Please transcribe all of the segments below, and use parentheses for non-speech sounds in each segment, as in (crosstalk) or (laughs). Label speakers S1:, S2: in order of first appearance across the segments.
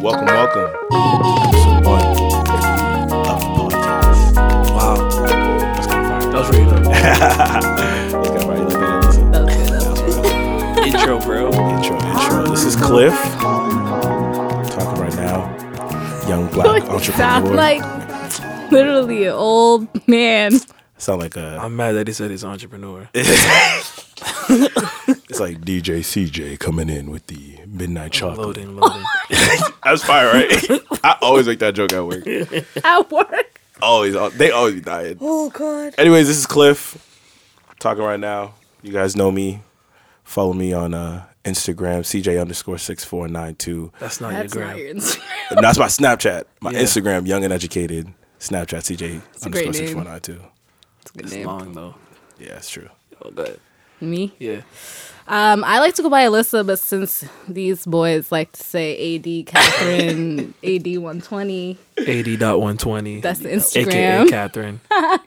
S1: Welcome, welcome.
S2: That was really good. Intro, bro.
S1: Intro, intro. This is Cliff. Talking right now. Young black
S3: You sound
S1: entrepreneur.
S3: like literally an old man. (laughs)
S1: sound like a.
S2: (laughs) I'm mad that he said he's an entrepreneur.
S1: It's like DJ CJ coming in with the midnight chocolate.
S2: Loading, (laughs) loading.
S1: That's fire, right? (laughs) I always make that joke at work.
S3: At work.
S1: Always, they always be dying.
S4: Oh God.
S1: Anyways, this is Cliff talking right now. You guys know me. Follow me on uh, Instagram, CJ underscore six four nine two.
S2: That's not
S3: That's
S2: your
S3: not
S2: gram.
S3: your Instagram.
S1: And that's my Snapchat. My
S2: Yeah.
S1: Instagram, young and educated. Snapchat, CJ
S3: a great
S1: underscore six
S3: name.
S1: four nine two.
S3: It's a good
S2: It's
S3: name.
S2: long though.
S1: Yeah, it's true.
S2: Oh, good.
S3: Me.
S2: (laughs) Yeah.
S3: Um, I like to go by Alyssa, but since these boys like to say AD
S2: (laughs)
S3: Catherine, AD 120,
S2: 80.120.
S3: that's the
S2: AKA
S3: Instagram. (laughs)
S2: Catherine.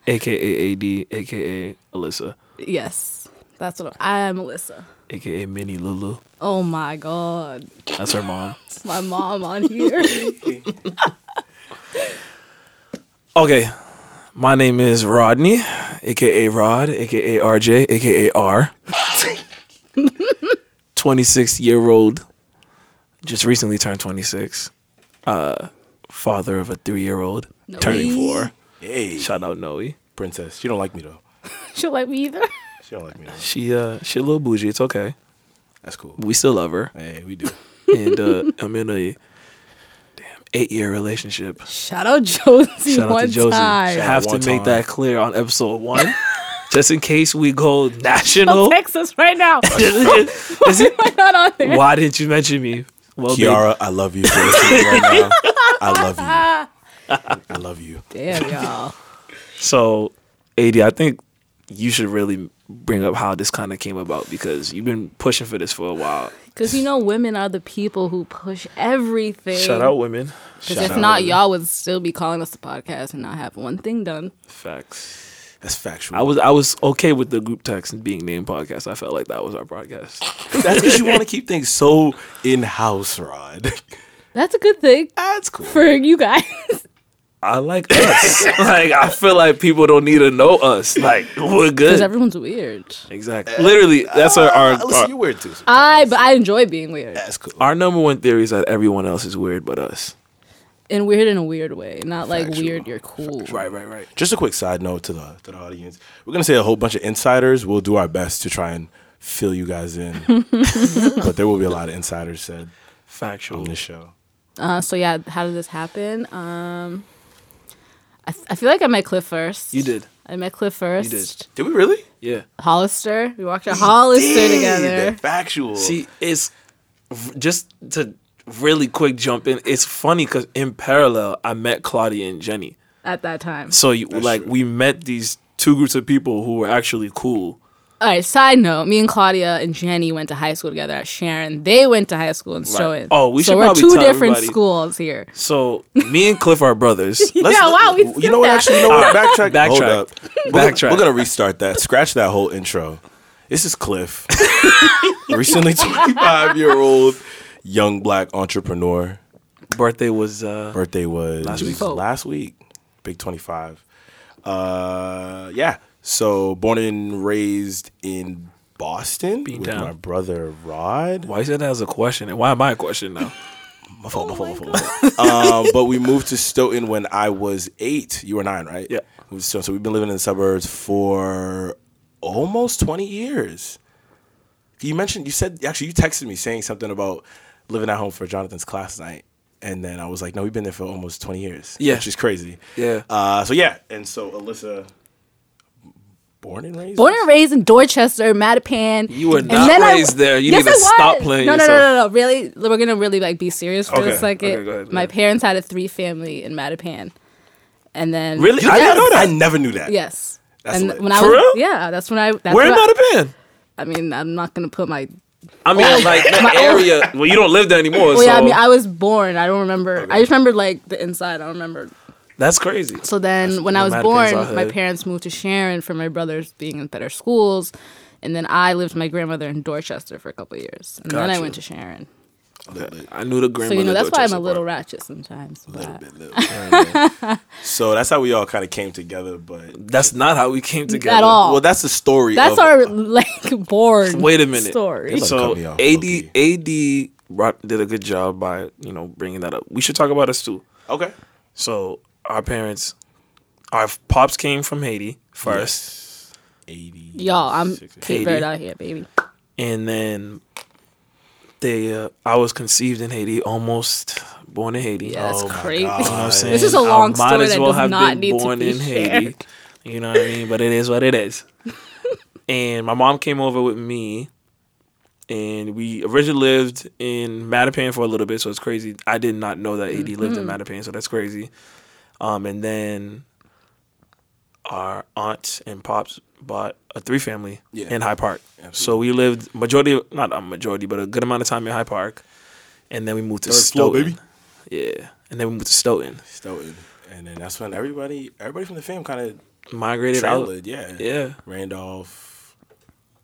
S2: AKA AD. AKA Alyssa.
S3: Yes, that's what I am, Alyssa.
S2: AKA Mini Lulu.
S3: Oh my God,
S2: That's her mom.
S3: it's my mom on
S2: (laughs)
S3: here. (laughs)
S2: Okay. My name is Rodney, aka Rod, aka RJ,
S3: (laughs)
S2: aka R. 26 year old, just recently turned 26. Uh, father of a three year old,
S3: Noe.
S2: turning four.
S1: Hey,
S2: Shout out Noe.
S1: princess. She don't like me though.
S3: She'll like me either.
S1: She don't like me. Though.
S2: She uh she a little bougie. It's okay.
S1: That's cool.
S2: We still love her,
S1: Hey,
S2: (laughs)
S1: we do.
S2: and uh,
S3: (laughs)
S2: I'm in a damn eight year relationship.
S3: Shout out Josie
S2: Shout out
S3: one
S2: to Josie.
S3: time.
S1: Shout out
S2: Have to
S1: one
S2: make
S1: time.
S2: that clear on episode one,
S3: (laughs)
S2: just in case we go national.
S3: Don't text us right
S2: (laughs)
S3: now.
S2: Is it-
S3: Why not on there?
S2: Why didn't you mention me? Well, babe,
S1: Kiara, I love you. for listening right now. I love you. I love you.
S3: Damn y'all.
S2: so AD, I think you should really bring up how this kind of came about because you've been pushing for this for a while.
S3: Because you know, women are the people who push everything.
S2: Shout out women.
S3: Because if not, y'all would still be calling us a podcast and not have one thing done.
S2: Facts.
S1: That's factual.
S2: I was I was okay with the group text being named podcast. I felt like that was our podcast.
S1: That's because you want to keep things so in house, Rod. (laughs)
S3: That's a good thing
S1: That's cool.
S3: for you guys. (laughs)
S2: I like us. (laughs) like I feel like people don't need to know us. Like
S3: Because
S2: we're good.
S3: everyone's weird.
S2: exactly. Literally, that's our our,
S1: Ah, Oh, Listen,
S2: our,
S1: you weird too. so
S3: I but I enjoy being weird.
S1: That's cool.
S2: our number one theory is that everyone else is weird but us.
S3: And weird in a weird way. Not like
S1: Factual.
S3: weird, you're cool.
S2: Right, right, right.
S1: Just a quick side note to the to the audience. We're gonna say a whole bunch of insiders. We'll do our best to try and fill you guys in, but there will be a lot of insiders said
S2: Factual.
S1: on this show.
S3: Uh, so yeah, how did this happen? Um I, th- I feel like I met Cliff first.
S2: You did.
S3: I met Cliff first.
S2: did.
S1: Did we really?
S2: Yeah.
S3: Hollister. We walked to Hollister together.
S1: Factual.
S2: See, it's v- just to really quick jump in. It's funny because in parallel, I met Claudia and Jenny.
S3: At that time.
S2: So you, like
S1: true.
S2: we met these two groups of people who were actually cool.
S3: All right, side note, me and Claudia and Jenny went to high school together at Sharon. They went to high school in Stoughton.
S2: Oh, we
S3: so
S2: should
S3: we're
S2: probably
S3: two
S2: tell
S3: different
S2: everybody.
S3: schools here.
S2: So me and Cliff
S3: (laughs)
S2: are brothers.
S1: Let's-
S3: yeah, wow, we
S1: you know what? Actually,
S3: skipped
S1: you
S3: that.
S1: know what?
S2: All
S1: Backtrack.
S2: right, backtrack.
S1: Hold up. We're,
S2: Backtrack.
S1: We're gonna restart that. Scratch that whole intro. This is
S2: (laughs)
S1: Cliff, recently twenty-five year old young black entrepreneur.
S2: Birthday was uh,
S1: birthday was last
S2: week.
S1: Last week, big twenty five. Uh, yeah. So born and raised in Boston with
S2: Beantown.
S1: my brother Rod.
S2: why you said that as a question, and why am I a question now?
S1: My fault, my fault, my fault. um, but we moved to Stoughton when I was eight. You were nine, right?
S2: Yeah.
S1: We moved to Stoughton. So we've been living in the suburbs for almost twenty years. You mentioned you said actually you texted me saying something about living at home for Jonathan's class night. And then I was like, no, we've been there for almost 20 years.
S2: Yeah.
S1: Which is crazy.
S2: Yeah.
S1: Uh, so yeah, and so Alyssa, born and raised.
S3: Born and raised in Dorchester, Mattapan.
S2: You were
S3: And
S2: not
S3: then I-
S2: raised there. You
S3: Yes,
S2: need
S3: I
S2: to stop
S3: was.
S2: playing
S3: No, no, no,
S2: yourself.
S3: no, no, Really, we're gonna really like be serious for
S1: Okay,
S3: a second.
S2: okay, go ahead, go
S3: My
S2: ahead.
S3: parents had a three family in Mattapan, and then
S2: Really?
S1: You
S2: I
S1: didn't
S2: didn't
S1: know that. I never knew that.
S3: yes.
S1: That's
S3: and
S1: lit.
S3: when I
S2: For
S3: was
S2: real?
S3: yeah, that's when I. That's
S2: Where
S3: when
S2: in
S3: I-
S2: Mattapan?
S3: I mean, I'm not gonna put my
S2: I mean, like the area. Well, you don't live there anymore.
S3: Oh, Well,
S2: so
S3: yeah, I mean, I was born. I don't remember. I just remember like the inside. I don't remember.
S2: that's crazy.
S3: So then, when I was
S1: nomadic
S3: born,
S1: childhood.
S3: my parents moved to Sharon for my brothers being in better schools, and then I lived with my grandmother in Dorchester for a couple years, and then I
S1: Gotcha.
S3: went to Sharon.
S2: I knew the grandmother.
S3: So you know that's why I'm
S2: Dorchester
S3: a
S2: part.
S3: little ratchet sometimes. But
S1: little bit, (laughs) little. Yeah. so that's how we all kind of came together. But
S2: That's not how we came together
S3: all.
S1: well, that's the story.
S3: Oh. that's
S1: of-
S3: our (laughs) like born.
S2: (laughs) Wait a minute.
S3: Story.
S1: It's
S2: So
S1: Cut me off,
S2: AD
S1: low-key.
S2: AD brought, did a good job by you know bringing that up. We should talk about us too.
S1: Okay.
S2: So our parents, our pops came from Haiti first,
S1: Yes. Eighty.
S3: (laughs) Y'all, I'm
S2: Katie.
S3: Cape Verde out here, baby.
S2: and then they. Uh, I was conceived in Haiti, almost born in Haiti.
S3: Yeah, that's
S1: Oh my
S3: crazy.
S1: God.
S3: This is a
S2: saying? I
S3: long
S2: might
S3: story
S2: as
S3: that
S2: well
S3: does
S2: have
S3: not
S2: been
S3: need to
S2: born
S3: be
S2: in Haiti. You know what I mean? But it is what
S3: (laughs)
S2: it is. and my mom came over with me, and we originally lived in Mattapan for a little bit, so it's crazy. I did not know that AD lived
S3: Mm-hmm.
S2: in Mattapan, so that's crazy. Um, and then our aunts and pops bought a three family
S1: Yeah.
S2: in High Park. So we lived majority, not a majority, but a good amount of time in High Park, and then we moved to
S1: Third floor,
S2: Stoughton.
S1: baby.
S2: Yeah, and then we moved to Stoughton.
S1: Stoughton. And then that's when everybody, everybody from the fam kind of
S2: Migrated
S1: traveled. Yeah.
S2: out. Yeah.
S1: Randolph,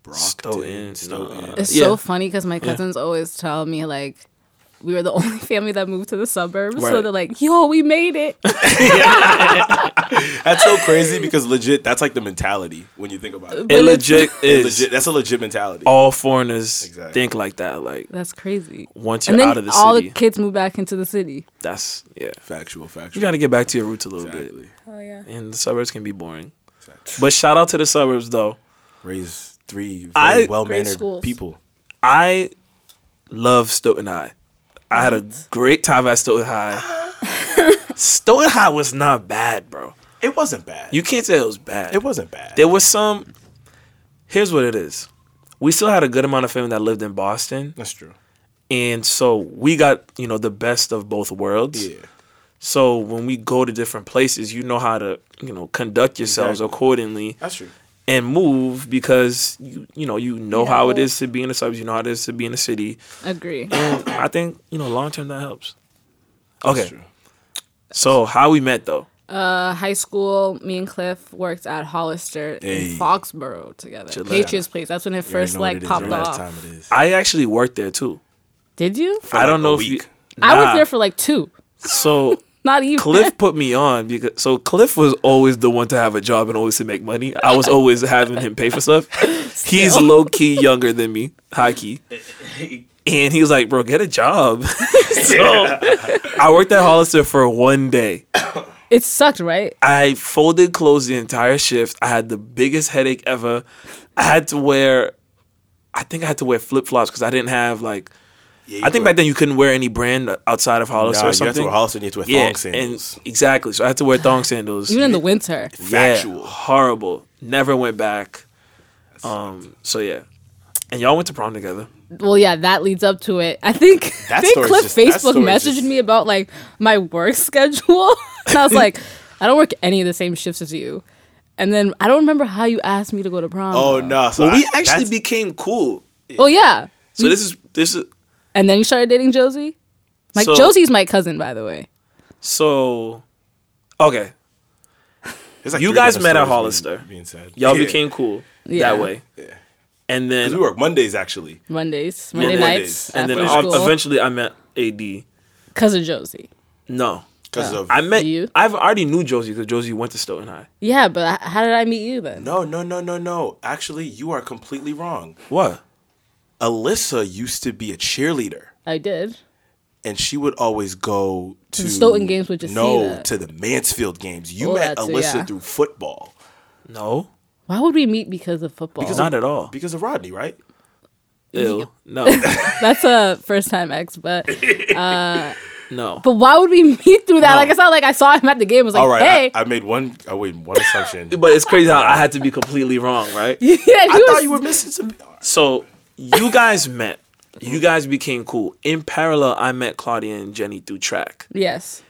S1: Brockton,
S2: Stoughton,
S1: Stoughton.
S2: uh,
S3: (laughs) It's
S2: Yeah.
S3: so funny because my cousins always tell me like we were the (laughs) only family that moved to the suburbs. So
S2: Right.
S3: they're like, "Yo, we made it."
S1: (laughs)
S3: (laughs)
S1: That's so crazy because legit, that's like the mentality when you think about it.
S2: It legit
S1: It
S2: is. Oh.
S1: legit, that's a legit mentality.
S2: All foreigners
S1: Exactly.
S2: think like that. Like
S3: That's crazy.
S2: once
S3: and
S2: you're
S3: then
S2: out of the
S3: all
S2: city,
S3: the kids move back into the city.
S2: that's yeah.
S1: Factual,
S2: You
S1: factual.
S2: got to get back to your roots a little
S1: exactly.
S3: Oh yeah.
S2: bit. And the suburbs can be boring.
S1: Exactly.
S2: But shout out to the suburbs though.
S1: Raise three
S2: I-
S1: very well
S3: Great
S1: mannered
S3: schools.
S1: people.
S2: I love Stoughton High. I had a great time at Stoughton High. Stoughton High was not bad, bro.
S1: It wasn't bad.
S2: You can't say it was bad.
S1: it wasn't bad.
S2: There was some. Here's what it is. We still had a good amount of family that lived in Boston,
S1: that's true.
S2: and so we got you know the best of both worlds.
S1: Yeah.
S2: So when we go to different places, you know how to you know conduct yourselves
S1: Exactly.
S2: accordingly
S1: That's true.
S2: and move because you you know you know
S3: Yeah.
S2: how it is to be in the suburbs, you know how it is to be in the city.
S3: Agree.
S2: And I think you know long term that helps.
S1: That's
S2: Okay,
S1: true.
S2: so how we met though?
S3: Uh, high school, me and Cliff worked at Hollister
S1: Hey.
S3: in Foxborough together.
S2: Gillette.
S3: Patriots place. That's when it
S1: You already
S3: first
S1: know
S3: like
S1: what it is,
S3: popped
S1: the last
S3: off.
S1: time it is.
S2: I actually worked there too.
S3: Did you?
S2: I
S1: like,
S2: don't know
S1: a
S2: if you.
S1: week.
S3: I
S2: Nah.
S3: worked there for like two.
S2: so.
S3: Not even.
S2: Cliff put me on because so Cliff was always the one to have a job and always to make money. I was always having him pay for stuff. He's low key younger than me, high key. And he was like, "Bro, get a job." (laughs) so I worked at Hollister for one day.
S3: (laughs) It sucked, right?
S2: I folded clothes the entire shift. I had the biggest headache ever. I had to wear, I think I had to wear flip flops because I didn't have like.
S1: Yeah, you
S2: I think
S1: were-
S2: back then you couldn't wear any brand outside of Hollister
S1: Nah, you
S2: or
S1: had
S2: something.
S1: to wear Hollister and you had to wear
S2: Yeah,
S1: thong sandals.
S2: and exactly. So I had to wear thong sandals.
S3: Even in the winter.
S2: Yeah,
S1: Factual.
S2: horrible. Never went back. Um. So yeah, and y'all went to prom together.
S3: Well, yeah, that leads up to it. I think
S1: That
S3: I think
S1: story's
S3: Cliff
S1: just- that
S3: Facebook
S1: story's
S3: messaged
S1: just-
S3: me about like my work (laughs) schedule, and I was like, I don't work any of the same shifts as you. And then I don't remember how you asked me to go to prom.
S1: Oh
S3: though.
S1: no! So
S2: Well, we
S1: I-
S2: actually
S1: that's-
S2: became cool.
S3: Well, yeah.
S2: So this is this is
S3: And then you started dating Josie. Like
S2: So-
S3: Josie's my cousin, by the way.
S2: so. Okay,
S1: it's like
S2: you
S1: three
S2: guys
S1: different
S2: met at
S1: stories being-
S2: Hollister.
S1: Being said,
S2: y'all
S1: Yeah.
S2: became cool
S3: Yeah.
S2: that way. And
S1: We
S2: then
S1: work Mondays actually.
S3: Mondays, Monday
S2: then-
S3: nights,
S2: and then
S3: after
S2: um,
S3: school,
S2: eventually I met AD.
S3: because of Josie.
S2: No,
S1: Because of
S2: I met
S3: You?
S2: I've already knew Josie because Josie went to Stoughton High.
S3: Yeah, but h- how did I meet you then?
S1: no, no, no, no, no. Actually, you are completely wrong.
S2: What?
S1: Alyssa used to be a cheerleader,
S3: I did.
S1: and she would always go to
S3: Stoughton games with Jacina.
S1: no to the Mansfield games. You
S3: Oh,
S1: met
S3: that too,
S1: Alyssa
S3: yeah.
S1: through football
S2: No,
S3: Why would we meet because of football?
S2: not at all.
S1: because of Rodney, right?
S2: Ew. (laughs) No.
S3: That's a first time ex, but
S2: No.
S3: But why would we (laughs) meet through that?
S2: No.
S3: Like it's not like I saw him at the game. I was like,
S1: All right,
S3: hey,
S1: I, I made one. I made one (laughs) assumption.
S2: But it's crazy how I had to be completely wrong, right?
S3: (laughs) yeah, he
S1: I
S3: was-
S1: thought you were missing some.
S2: So you guys met. You guys became cool. In parallel, I met Claudia and Jenny through track.
S3: yes,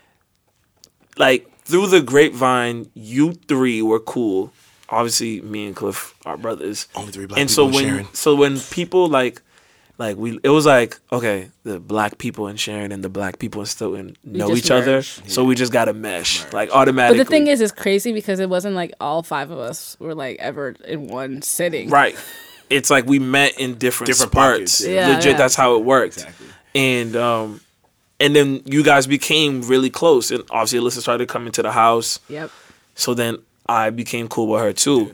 S2: Like through the grapevine, you three were cool. Obviously, me and Cliff are brothers.
S1: Only three black
S2: and so
S1: people in
S2: when
S1: Sharon.
S2: so when people like Like we, it was like okay, the black people in Sharon and the black people in Stoughton know
S3: just
S2: each other,
S3: merged.
S2: so we just got to mesh like
S3: But
S2: automatically.
S3: the thing is, it's crazy because it wasn't like all five of us were like ever in one sitting.
S2: right? It's like we met in different,
S1: Different
S2: parts.
S1: pockets,
S3: yeah. Yeah,
S2: Legit,
S3: yeah.
S2: that's how it worked.
S1: Exactly.
S2: And um, and then you guys became really close, and obviously Alyssa started coming to the house.
S3: Yep.
S2: So then I became cool with her too.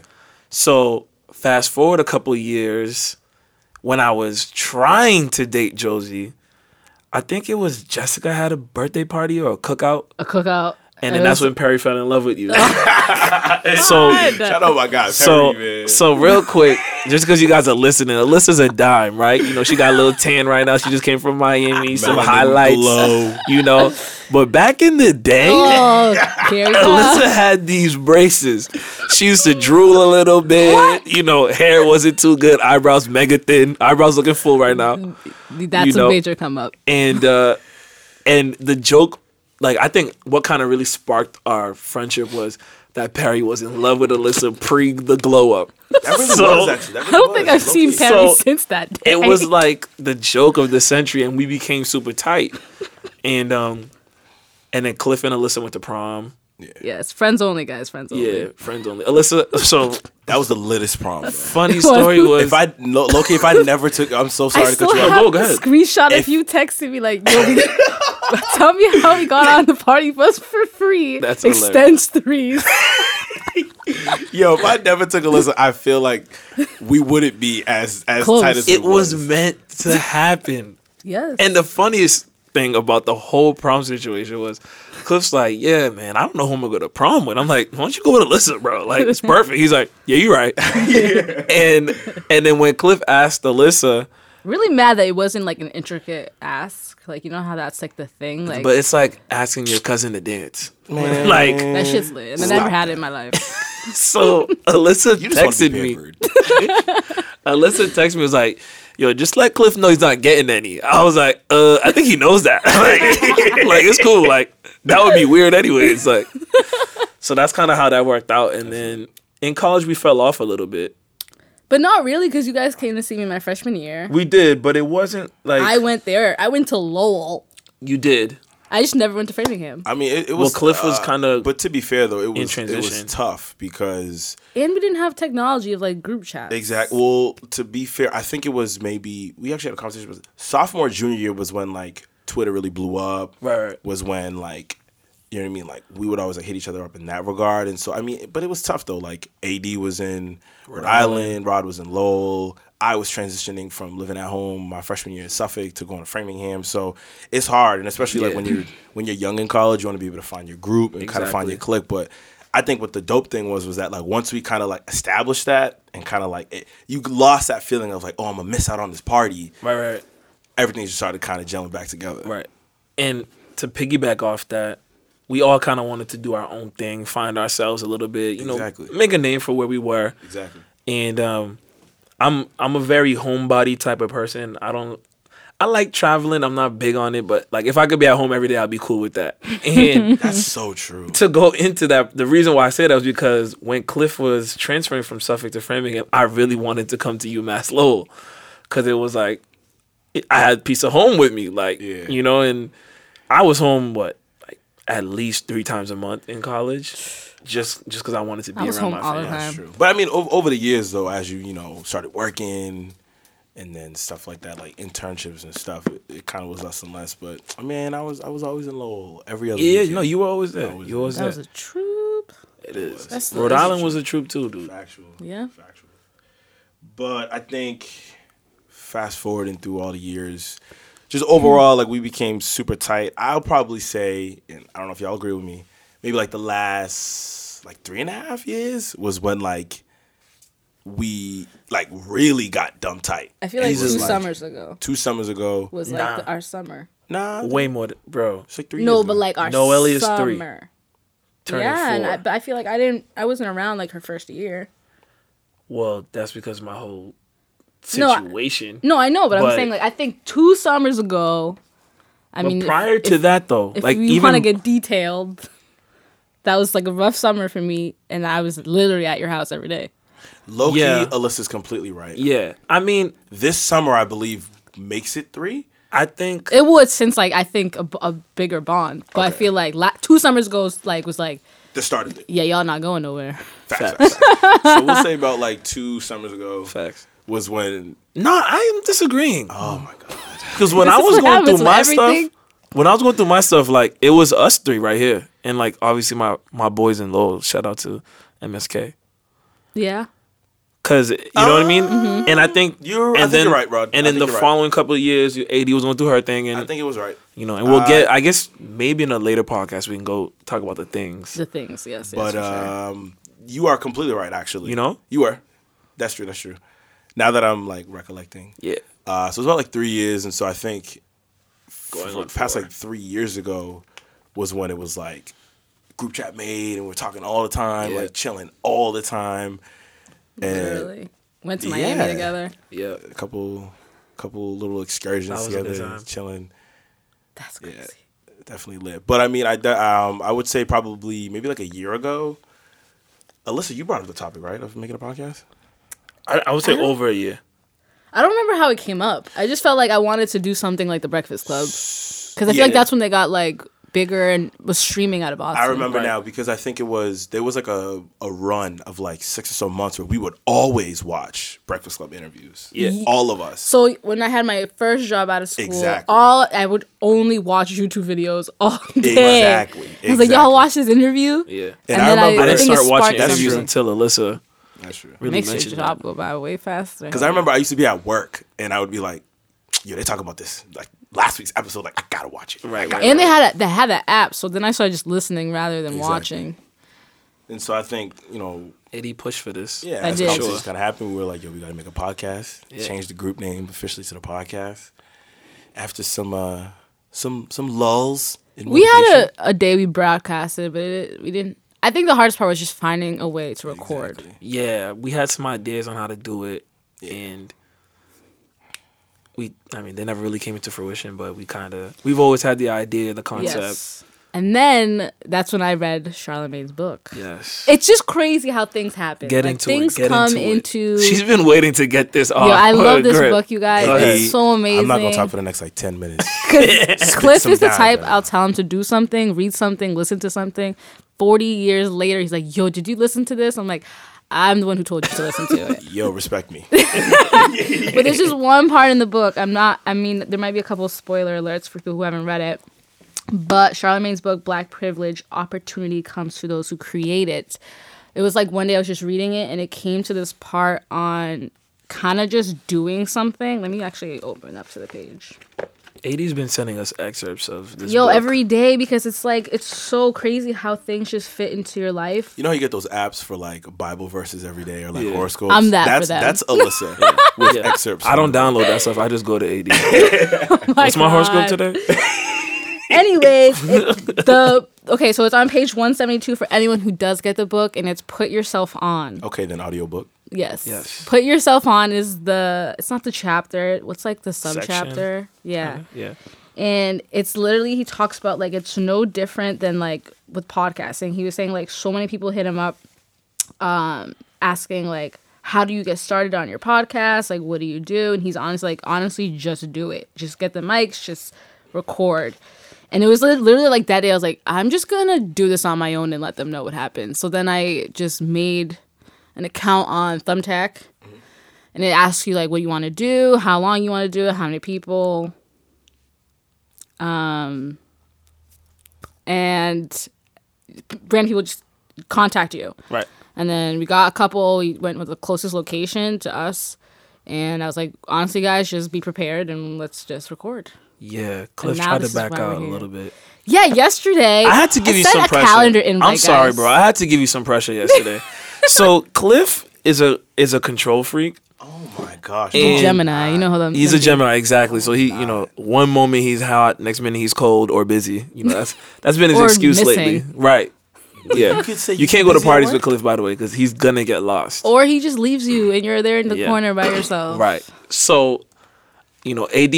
S2: So fast forward a couple years when I was trying to date Josie, I think it was Jessica had a birthday party or a cookout.
S3: A cookout.
S2: And then that's when Perry fell in love
S3: (laughs)
S2: with you. so
S1: Shout out my guy,
S2: so
S1: Perry, man.
S2: so real quick, just because you guys are listening, Alyssa's a dime, right? You know, she got a little tan right now. She just came from Miami, some
S1: Melanin
S2: highlights.
S1: glow.
S2: You know. But back in the day,
S3: Oh, here we go.
S2: Alyssa had these braces. She used to drool a little bit. You know, hair wasn't too good. Eyebrows mega thin. Eyebrows looking full right now.
S3: That's
S2: (laughs) you know.
S3: a major come up.
S2: And uh and the joke, like I think what kind of really sparked our friendship was that Perry was in love with Alyssa pre the glow up.
S1: That really
S2: so-
S1: was actually. That really
S3: I don't
S1: was.
S3: think I've seen
S1: Low-key.
S2: So,
S3: Perry (laughs) since that day.
S2: It was like the joke of the century, and we became super tight. And um and then Cliff and Alyssa went to prom.
S3: yes, friends only, guys, friends only.
S2: Yeah, friends only. Alyssa, so
S1: That was the littest prom. Bro.
S2: (laughs) funny story was
S1: If I lo- Loki, if I never took, I'm so
S3: I
S1: sorry to
S3: still
S1: cut you
S3: have
S1: off.
S2: go,
S3: a
S2: go ahead.
S3: screenshot
S1: If-
S3: of you texting me like, "Yo, we- (laughs) tell me how we got on the party bus for free."
S2: That's hilarious.
S3: extends threes.
S2: (laughs)
S1: Yo, if I never took Alyssa, I feel like we wouldn't be as as
S3: Close.
S1: tight as
S2: it was
S1: was
S2: meant to happen.
S3: Yes,
S2: And the funniest thing about the whole prom situation was Cliff's like, Yeah, man, I don't know who I'm gonna go to prom with. I'm like, Why don't you go with Alyssa, bro? Like, it's perfect. He's like, Yeah, you're (laughs) right. And and then when Cliff asked Alyssa,
S3: really mad that it wasn't like an intricate ask. Like you know how that's like the thing. Like
S2: but it's like asking your cousin to dance. Like,
S3: that shit's lit, and I never had it in my
S2: (laughs)
S3: life.
S2: so Alyssa
S1: You just want to
S2: texted
S1: be
S2: me.
S1: pampered.
S2: Alyssa texted me was like, "Yo, just let Cliff know he's not getting any." I was like, "Uh, I think he knows that. (laughs) like, like, it's cool. Like that would be weird anyway." It's like, so that's kind of how that worked out. And then in college, we fell off a little bit.
S3: But not really, because you guys came to see me my freshman year.
S2: We did, but it wasn't like
S3: I went there. I went to Lowell.
S2: you did.
S3: I just never went to Framingham.
S1: I mean, it, it was.
S2: Cliff was
S1: uh,
S2: kinda
S1: But to be fair though, it was it was
S2: transition.
S1: tough because
S3: And we didn't have technology of like group chat.
S1: exact. Well, to be fair, I think it was maybe we actually had a conversation. With, sophomore junior year was when like Twitter really blew up.
S2: Right, right.
S1: Was when like. You know what I mean? Like we would always like hit each other up in that regard, and so I mean, but it was tough though. Like AD was in Rhode Island, Rod was in Lowell. I was transitioning from living at home my freshman year in Suffolk to going to Framingham, so it's hard, and especially like
S2: Yeah.
S1: when you're when you're young in college, you want to be able to find your group and kind of find
S2: Exactly.
S1: your click. But I think what the dope thing was was that like once we kind of like established that and kind of like it, you lost that feeling of like oh I'm gonna miss out on this party.
S2: Right, right,
S1: Everything just started kind of gelling back together.
S2: right. And to piggyback off that. We all kind of wanted to do our own thing, find ourselves a little bit, you know,
S1: Exactly.
S2: make a name for where we were.
S1: Exactly.
S2: and um i'm i'm a very homebody type of person i don't i like traveling i'm not big on it but like if i could be at home every day i'd be cool
S3: (laughs)
S2: with that and
S1: That's so true.
S2: to go into that the reason why i say that was because when cliff was transferring from suffolk to framingham i really wanted to come to umass lowell because it was like i had a piece of home with me like
S1: Yeah.
S2: you know and i was home what like at least three times a month in college just just because i wanted to be
S3: I was
S2: around
S3: home
S2: my
S3: all the
S2: family
S3: time.
S1: That's true. But I mean, over, over the years though, as you you know started working, and then stuff like that, like internships and stuff, it, it kind of was less and less. But I mean, I was I was always in Lowell every other.
S2: yeah
S1: weekend.
S2: no you were always there
S1: Always
S2: you were always
S3: That
S2: there
S3: was a troop.
S2: It is.
S3: That's-
S2: Rhode
S3: that's
S2: Island was a troop too, dude.
S1: Factual.
S3: Yeah.
S1: Factual. But I think fast forwarding through all the years, just overall, like we became super tight. I'll probably say, and I don't know if y'all agree with me, maybe like the last like three and a half years was when like we like really got dumb tight.
S3: I feel
S1: And
S3: like
S1: it's just,
S3: two summers ago
S1: Two summers ago.
S3: was
S2: Nah.
S3: like the- our summer.
S1: Nah,
S2: Way more, th- bro.
S1: it's like three.
S3: No,
S1: years
S3: but
S1: ago.
S3: like our
S2: Noelle is three.
S3: summer.
S2: Turning
S3: yeah, and
S2: four.
S3: I, but I feel like I didn't. I wasn't around like her first year.
S2: well, that's because my whole
S3: No, I-
S2: situation.
S3: No, I know, but,
S2: But-
S3: I'm saying like I think two summers ago. I
S2: but
S3: mean, if-
S2: prior
S3: if,
S2: to that, though,
S3: if
S2: like
S3: you want to
S2: even
S3: get detailed, that was like a rough summer for me, and I was literally at your house every day.
S1: Loki,
S2: Yeah.
S1: Alyssa's completely right.
S2: yeah, I mean,
S1: This summer, I believe, makes it three?
S2: I think
S3: It would since like I think a, a bigger bond, but I
S1: Okay.
S3: feel like la- two summers ago like was like
S1: The start of it.
S3: yeah y'all not going nowhere.
S1: Facts. facts. so we'll say about like two summers ago
S2: facts.
S1: was when.
S2: No, I am disagreeing.
S1: Oh my god.
S2: Because when
S3: This
S2: I
S3: is
S2: was
S3: what
S2: going
S3: happens
S2: through
S3: with
S2: my
S3: everything.
S2: stuff, when I was going through my stuff, like it was us three right here, and like obviously my my boys in Lowell. Shout out to MSK.
S3: Yeah,
S2: Cause you know what I
S3: Oh.
S2: mean,
S3: Mm-hmm.
S2: and I think
S1: You're- I think
S2: and then-
S1: you're right, Rod.
S2: And
S1: I
S2: in
S1: think
S2: the
S1: you're right.
S2: following couple of years, AD was going through her thing, and
S1: I think it was right.
S2: you know, and we'll
S1: Uh,
S2: get. I guess maybe in a later podcast we can go talk about the things.
S3: the things yes. yes
S1: But
S3: for sure.
S1: um, you are completely right, actually.
S2: You know?
S1: You are. That's true. That's true. Now that I'm like recollecting.
S2: Yeah,
S1: Uh, so it's about like three years, and so I think
S2: Going
S1: for
S2: on
S1: the past
S2: four.
S1: like three years ago was when it was like group chat made, and we're talking all the time,
S2: Yeah.
S1: like chilling all the time, and
S3: Literally went to Miami
S1: yeah.
S3: together.
S2: yeah.
S1: a couple, couple little excursions
S2: That was a good
S1: together,
S2: time.
S1: chilling.
S3: That's crazy.
S1: Definitely lit. But I mean, I de- um, I would say probably maybe like a year ago. Alyssa, you brought up the topic, right, of making a podcast?
S2: I, I would say over a year.
S3: I don't remember how it came up. I just felt like I wanted to do something like the Breakfast Club because I feel
S1: Yeah.
S3: like that's when they got like bigger and was streaming out of Austin.
S1: I remember
S2: Right.
S1: now because I think it was there was like a, a run of like six or so months where we would always watch Breakfast Club interviews.
S2: Yeah.
S1: All of us.
S3: So when I had my first job out of school,
S1: Exactly.
S3: all I would only watch YouTube videos all (laughs) day.
S1: Exactly,
S3: I was like,
S1: exactly.
S3: y'all watch this interview?
S2: Yeah,
S1: And
S3: And,
S1: I
S3: then
S1: remember-
S3: I,
S2: I
S3: I
S2: didn't
S3: think it
S2: start watching
S3: sparked
S2: interviews
S3: something.
S2: until Alyssa
S1: That's true.
S2: really
S3: Makes your
S2: mentioned
S3: job
S2: that.
S3: go by way faster.
S1: Because I remember I used to be at work and I would be like, yo, they talking about this like last week's episode, like I gotta watch it. I
S2: Right,
S1: gotta
S2: right.
S3: and they had a, they had an app, so then I started just listening rather than
S1: Exactly.
S3: watching.
S1: And so I think, you know,
S2: Eddie pushed for this.
S1: yeah,
S3: I
S1: as
S3: did.
S1: conversations
S2: Sure.
S1: kind of happened, we were like, yo, we gotta make a podcast,
S2: Yeah.
S1: change the group name officially to the podcast. After some uh some some lulls in
S3: We had
S1: motivation.
S3: a, a day we broadcasted, but it, we didn't. I think the hardest part was just finding a way to record.
S1: Exactly.
S2: yeah, we had some ideas on how to do it, and we. I mean, they never really came into fruition, but we kind of. We've always had the idea, the concept.
S3: Yes. And then that's when I read Charlemagne's book.
S2: Yes.
S3: It's just crazy how things happen.
S2: Get
S3: Like,
S2: into
S3: things
S2: it. Get
S3: come
S2: into, it.
S3: into
S2: (laughs) She's been waiting to get this off.
S3: Yo, I love this
S2: grip.
S3: book, you guys.
S2: Go ahead.
S3: It's so amazing.
S1: I'm not gonna talk for the next like ten minutes.
S3: (laughs)
S2: (laughs)
S3: 'Cause Cliff
S1: some
S3: is the
S1: guy,
S3: type
S1: bro.
S3: I'll tell him to do something, read something, listen to something. Forty years later, he's like, "Yo, did you listen to this?" I'm like, "I'm the one who told you to listen to it."
S1: yo, respect
S3: (laughs)
S1: me.
S3: but there's just one part in the book. I'm not. I mean, there might be a couple spoiler alerts for people who haven't read it. But Charlemagne's book, Black Privilege, opportunity comes to those who create it. It was like one day I was just reading it and it came to this part on kind of just doing something. Let me actually open up to the page.
S2: AD's been sending us excerpts of this.
S3: Yo,
S2: book.
S3: every day because it's like it's so crazy how things just fit into your life.
S1: You know how you get those apps for like Bible verses every day or like
S2: Yeah.
S1: horoscopes?
S3: I'm that
S1: that's
S3: for them. (laughs)
S1: that's Alyssa with
S2: Yeah.
S1: excerpts.
S2: I don't download that stuff. I just go
S3: (laughs)
S2: to AD. What's my horoscope
S3: God.
S2: today?
S3: Anyways,
S2: (laughs)
S3: it- the okay, so it's on page 172 for anyone who does get the book and it's put yourself on.
S1: Okay, then audiobook.
S3: Yes.
S2: Yes.
S3: Put yourself on is the it's not the chapter. What's like the
S2: Section.
S3: subchapter? (laughs) Yeah.
S2: yeah.
S3: And it's literally he talks about like it's no different than like with podcasting. He was saying like so many people hit him up um asking like how do you get started on your podcast? Like what do you do? And he's honestly like honestly just do it. Just get the mics, just record. And it was li- literally like that day I was like I'm just going to do this on my own and let them know what happens. So then I just made an account on Thumbtack and it asks you like what you want to do, how long you want to do it, how many people. Um and brand people just contact you.
S2: Right.
S3: And then we got a couple. We went with the closest location to us. And I was like, honestly, guys, just be prepared and let's just record.
S2: Yeah. Cliff
S3: now
S2: tried to
S3: this is
S2: back
S3: why we're
S2: out a
S3: here.
S2: little bit.
S3: Yeah, yesterday
S2: I had to give you
S3: sent
S2: some
S3: a
S2: pressure.
S3: calendar invite.
S2: I'm sorry,
S3: guys.
S2: bro. I had to give you some
S3: (laughs)
S2: pressure yesterday. so Cliff is a is a control freak.
S1: Oh my gosh.
S2: And-
S3: Gemini, you Oh know how them.
S2: He's a
S3: them
S2: Gemini, exactly. So he, you know, one moment he's hot, next minute he's cold or busy. You know, that's that's been
S3: (laughs)
S2: his
S3: Or
S2: excuse
S3: missing.
S2: lately, right? Yeah. You,
S1: could say
S2: can't go to
S1: busy at
S2: parties with
S1: work.
S2: Cliff, by the way, because he's gonna get lost.
S3: do. Or he just leaves you and you're there in the
S2: Yeah.
S3: corner by yourself.
S2: Right. So, you know, AD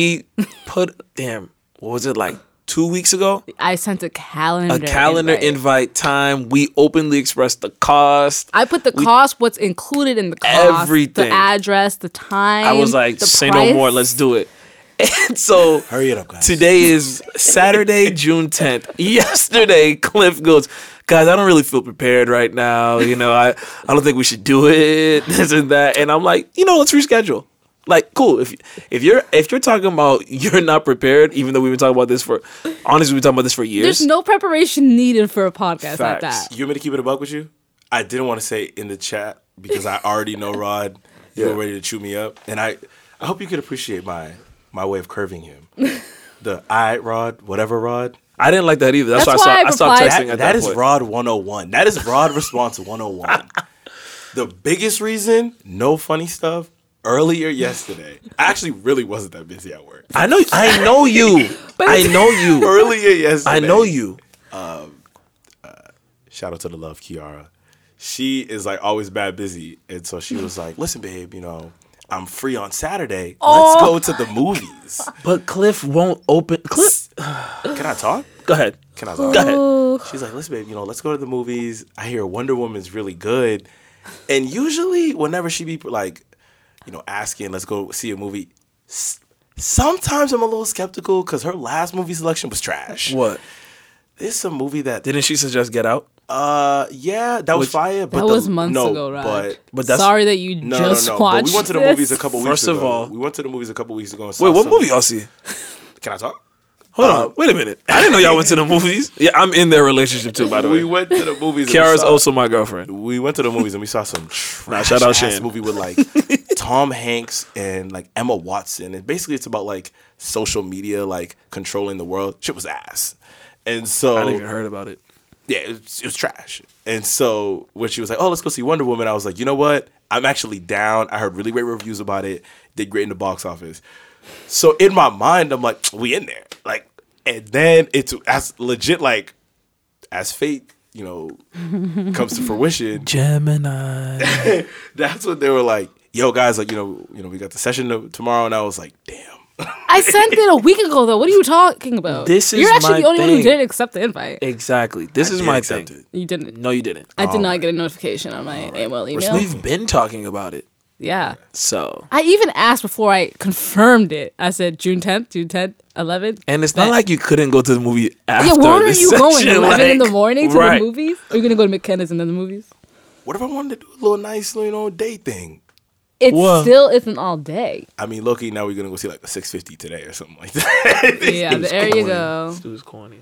S2: put damn, what was it like two weeks ago?
S3: I sent a calendar.
S2: A calendar
S3: invite.
S2: invite time. We openly expressed the cost.
S3: I put the cost, what's included in the cost,
S2: Everything.
S3: the address, the time.
S2: I was like,
S3: the
S2: say no
S3: price."
S2: more, let's do it. (laughs) And so
S1: Hurry it up, guys.
S2: Today is Saturday, June 10th. (laughs) Yesterday, Cliff goes, Guys, I don't really feel prepared right now. You know, I, I don't think we should do it, (laughs) this and that. And I'm like, You know, let's reschedule. Like, cool. If if you're if you're talking about (laughs) you're not prepared, even though we've been talking about this for honestly, we've been talking about this for years.
S3: There's no preparation needed for a podcast like
S2: Facts.
S3: that.
S1: You want me to keep it a buck with you? I didn't want to say it in the chat because I already (laughs) know Rod. You're
S2: Yeah.
S1: ready to chew me up, and I, I hope you could appreciate my my way of curving (laughs) him. the I Rod, whatever Rod.
S2: I didn't like that either. That's,
S3: That's
S2: why I,
S3: why I
S2: stopped, I stopped
S3: replied-
S2: texting
S1: That,
S2: at that,
S1: that is
S2: point.
S1: Rod 101. That is Rod (laughs) response 101. The biggest reason, no funny stuff. Earlier yesterday, I actually really wasn't that busy at work.
S2: I know I
S3: (laughs)
S2: know you. I know you.
S1: Earlier yesterday,
S2: I know you.
S1: shout out to the love Kiara. She is like always bad busy, and so she was like, "Listen, babe, you know, I'm free on Saturday. Let's go to
S3: Oh.
S1: the movies.
S2: But Cliff won't open Cliff
S1: Can I talk?
S2: Go ahead.
S1: Can I talk?
S2: Go ahead.
S3: Oh,
S1: She's like, "Listen, babe, you know, let's go to the movies. I hear Wonder Woman's really good." And usually, whenever she be like, you know, asking, "Let's go see a movie," s- sometimes I'm a little skeptical because her last movie selection was trash.
S2: What?
S1: It's a movie that
S2: Didn't she suggest Get Out?
S1: Uh, yeah, that was
S2: Which-
S1: fire. But
S3: that
S1: the-
S3: was months
S1: no,
S3: ago, Rod.
S1: But
S2: but that's-
S3: sorry that you
S1: No,
S3: just
S1: no, no.
S3: watched.
S1: But we went to the
S3: this.
S1: movies a couple weeks
S2: First
S1: ago.
S2: of all-
S1: we went to the movies a couple weeks ago. And saw
S2: Wait, what
S1: some-
S2: movie y'all see?
S1: Can I talk?
S2: Hold on. Wait a minute. I didn't know y'all went to the movies. (laughs) Yeah, I'm in their relationship too, by the
S1: We
S2: (laughs) way.
S1: went to the movies. and we
S2: Kiara's
S1: saw-
S2: also my girlfriend.
S1: We went to the movies and we saw some trash
S2: shout out
S1: ass
S2: Shan.
S1: movie with
S2: (laughs)
S1: like Tom Hanks and like Emma Watson, and basically it's about like social media like controlling the world. Shit was ass, and so
S2: I didn't even heard about it.
S1: yeah, it was, it was trash. And so when she was like, "Oh, let's go see Wonder Woman," I was like, "You know what? I'm actually down. I heard really great reviews about it. Did great in the box office." So in my mind, I'm like, "We in there?" Like, and then it's as legit like as fate, you know, comes to fruition.
S2: Gemini.
S1: That's what they were like, "Yo, guys, like you know, you know, we got the session to- tomorrow," and I was like, "Damn."
S3: I sent it a week ago, though. What are you talking about?
S2: This is
S3: You're actually
S2: my
S3: the only one who
S2: thing.
S3: didn't accept the invite.
S2: Exactly. This is
S1: did
S2: my thing.
S1: accept it.
S3: You didn't.
S2: No, you didn't.
S3: I did not get a notification on my AOL email.
S2: We've been talking about it.
S3: Yeah.
S2: So
S3: I even asked before I confirmed it. I said June 10th, June 10th, 11th.
S2: and it's not like you couldn't go to the movie after.
S3: yeah, where are
S2: this
S3: you going?
S2: session,
S3: 11 in the
S2: like-
S3: morning to
S2: right.
S3: the movies? Are you going to go to McKenna's and then the movies?
S1: What if I wanted to do a little nice, you know, day thing?
S3: It
S2: Whoa.
S3: still isn't all day.
S1: I mean, Loki. Now we're gonna go see like a 650 today or something like that. (laughs)
S3: Yeah, there you go.
S2: This dude's corny.